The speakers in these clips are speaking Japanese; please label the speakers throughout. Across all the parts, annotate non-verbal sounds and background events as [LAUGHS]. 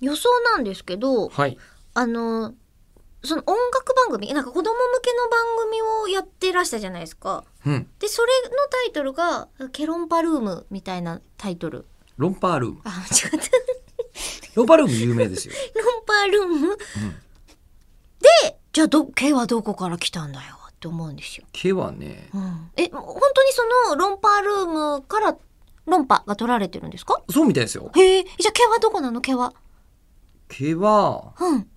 Speaker 1: 予想なんですけど、
Speaker 2: はい。
Speaker 1: あの、その音楽番組、なんか子供向けの番組をやってらしたじゃないですか。
Speaker 2: うん。
Speaker 1: で、それのタイトルが、ケロンパルームみたいなタイトル。
Speaker 2: ロンパールーム。
Speaker 1: あ、違った。
Speaker 2: ロンパールーム有名で
Speaker 1: [LAUGHS]
Speaker 2: すよ。
Speaker 1: ケロンパルーム、で、じゃあど、K はどこから来たんだよって思うんですよ。
Speaker 2: 毛はね、
Speaker 1: うん、え、もう本当にそのロンパールームから論破が取られてるんですか
Speaker 2: そうみたいですよ。
Speaker 1: へえ、じゃあ毛はどこなの毛は。
Speaker 2: 毛は、
Speaker 1: うん。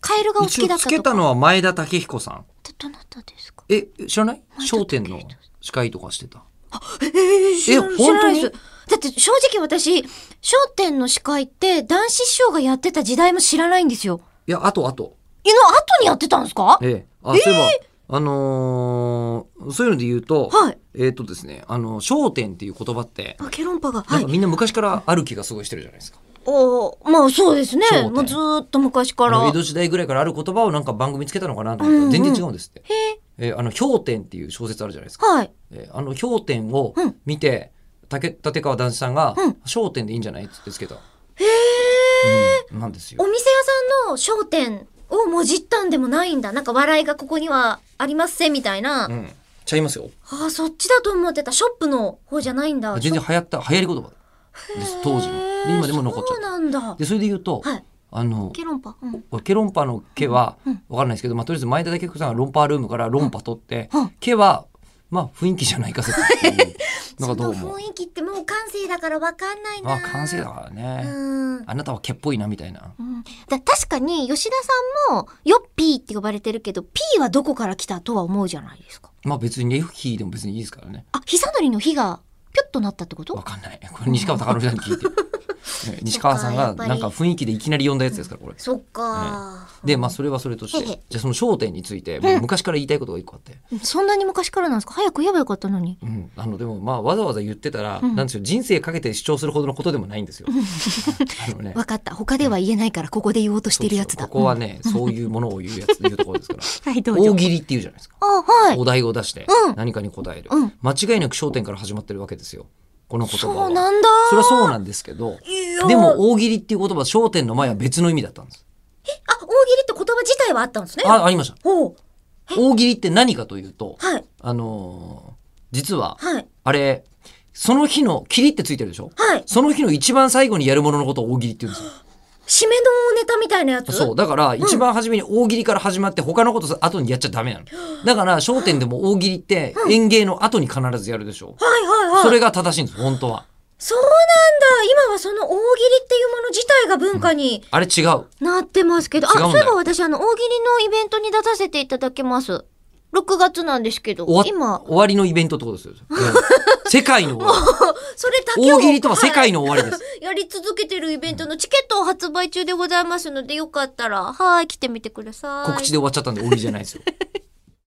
Speaker 1: カエルがお好
Speaker 2: 一
Speaker 1: きだ
Speaker 2: 応
Speaker 1: っ
Speaker 2: つ
Speaker 1: た
Speaker 2: け
Speaker 1: と
Speaker 2: た
Speaker 1: か。
Speaker 2: のは前田武彦さん。
Speaker 1: どどなたですか
Speaker 2: え、知らない
Speaker 1: 前田武
Speaker 2: 商
Speaker 1: 彦
Speaker 2: 店の司会とかしてた。
Speaker 1: えー、知ら
Speaker 2: え
Speaker 1: 知らないです
Speaker 2: 本。
Speaker 1: だって正直私、笑点の司会って男子師匠がやってた時代も知らないんですよ。
Speaker 2: いや、あとあと。
Speaker 1: え、の後にやってたんですか
Speaker 2: ええ。あ、そういえば、あのーそういうので言うと、
Speaker 1: はい
Speaker 2: えっ、とですね、あの、商店っていう言葉って、
Speaker 1: あ、ケロンパが。
Speaker 2: な
Speaker 1: は
Speaker 2: ん
Speaker 1: い
Speaker 2: か。みんな昔からある気がすごいしてるじゃないですか。
Speaker 1: おーまあそうですね
Speaker 2: 笑。点
Speaker 1: もうずーっと昔か
Speaker 2: あの
Speaker 1: ら
Speaker 2: 江。戸時代ぐらいからある言葉をなんか番組つけたのかなと思ったら全然違うんですって。えーあの氷点っていう小説あるじゃないですか。
Speaker 1: はい。
Speaker 2: えーあの氷点を
Speaker 1: うん
Speaker 2: 見て、竹立川談志さんが
Speaker 1: うん
Speaker 2: 「笑点でいいんじゃない?」っつってつけた、
Speaker 1: へえ。
Speaker 2: うんなんですよ
Speaker 1: お。店屋さんの商店をもじったんでもないんだ。なんか笑いがここにはありますせみたいな。
Speaker 2: うん、ちゃいますよ。
Speaker 1: ああ、そっちだと思ってた。ショップの方じゃないんだ。
Speaker 2: 全然流行った流行り言葉です当時の。で今でも残っち
Speaker 1: そ
Speaker 2: ゃ
Speaker 1: う
Speaker 2: う。
Speaker 1: なんだ。
Speaker 2: でそれで言うと、
Speaker 1: はい。
Speaker 2: あの
Speaker 1: ケロンパ。うん。
Speaker 2: ケロンパの「ケ」は
Speaker 1: うん
Speaker 2: わかんないですけど、まあ、とりあえず前田武子さんが「ロンパールーム」から「ロンパ」取って
Speaker 1: うん
Speaker 2: 「ケ」はまあ雰囲気じゃないか説っ
Speaker 1: [LAUGHS]
Speaker 2: ていう
Speaker 1: そ
Speaker 2: のがど
Speaker 1: の
Speaker 2: うも
Speaker 1: 雰。囲気ってもう感性だからわかんないな。
Speaker 2: あ完成だからね。
Speaker 1: うん。
Speaker 2: あなたは毛っぽいなみたいな。
Speaker 1: うんだ確かに吉田さんもヨッピーって呼ばれてるけどピーはどこから来たとは思うじゃないですか
Speaker 2: まあ別にレフヒーでも別にいいですからね。
Speaker 1: あ膝のりの火がピョッとなったってこと
Speaker 2: わかんない。 [LAUGHS] これ西川貴教さん
Speaker 1: [LAUGHS]
Speaker 2: に聞いて。ね西川さん
Speaker 1: そ
Speaker 2: が
Speaker 1: っか
Speaker 2: なんか雰囲気でいきなり呼んだやつですからこれ。
Speaker 1: そっか、
Speaker 2: でまあそれはそれとして
Speaker 1: へへ
Speaker 2: じゃあその焦点についてもう昔から言いたいことが一個あって、
Speaker 1: そんなに昔からなんですか早く言えばよかったのに。
Speaker 2: うん、あのでもまあわざわざ言ってたら、
Speaker 1: うん
Speaker 2: なんですよ人生かけて主張するほどのことでもないんですよ。あのね
Speaker 1: わかった。他では言えないから、ここで言おうとしてるやつだ。
Speaker 2: そうそうここはね、そういうものを言うやつ言うところですか
Speaker 1: う
Speaker 2: ら
Speaker 1: ん。はい、どうぞ
Speaker 2: 大。喜利っていうじゃないですか。
Speaker 1: あ、はい。
Speaker 2: お題を出して
Speaker 1: うん
Speaker 2: 何かに答える、
Speaker 1: うん
Speaker 2: 間違いなく焦点から始まってるわけですよこの言葉は
Speaker 1: そうなんだ。
Speaker 2: それはそうなんですけど
Speaker 1: いや
Speaker 2: でも大喜利っていう言葉焦点の前は別の意味だったんです
Speaker 1: あ、大喜利って言葉自体はあったんですね。
Speaker 2: あありました
Speaker 1: ほう。
Speaker 2: 大喜利って何かというと
Speaker 1: はい。
Speaker 2: あのー実は
Speaker 1: はい。
Speaker 2: あれその日の「キリ」ってついてるでしょ
Speaker 1: はい。
Speaker 2: その日の一番最後にやるもののことを大喜利って言うんですよ
Speaker 1: 締めのネタみたいなやつ
Speaker 2: そうだから一番初めに大喜利から始まって他のことさ後にやっちゃダメ [GASPS] なのだから『笑点』でも大喜利って演芸の後に必ずやるでしょ
Speaker 1: はいはいはい。
Speaker 2: それが正しいんです本当は
Speaker 1: そうなんだ。今はその大喜利っていうもの自体が文化に
Speaker 2: あれ違う
Speaker 1: なってますけど。あ、
Speaker 2: 違うんだ
Speaker 1: そう
Speaker 2: よ
Speaker 1: いえば私、あの、大喜利のイベントに出させていただきます。6月なんですけど
Speaker 2: 終わ。
Speaker 1: 今、
Speaker 2: 終わりのイベントってことですよ。世界の終 [LAUGHS] わ
Speaker 1: それだ
Speaker 2: り。
Speaker 1: けを。
Speaker 2: 大喜利とは世
Speaker 1: はい
Speaker 2: 界の終わりです。
Speaker 1: やり続けてるイベントのチケットを発売中でございますので、よかったら、はーい、来てみてください。
Speaker 2: 告知で終わっちゃったんで終わりじゃないですよ。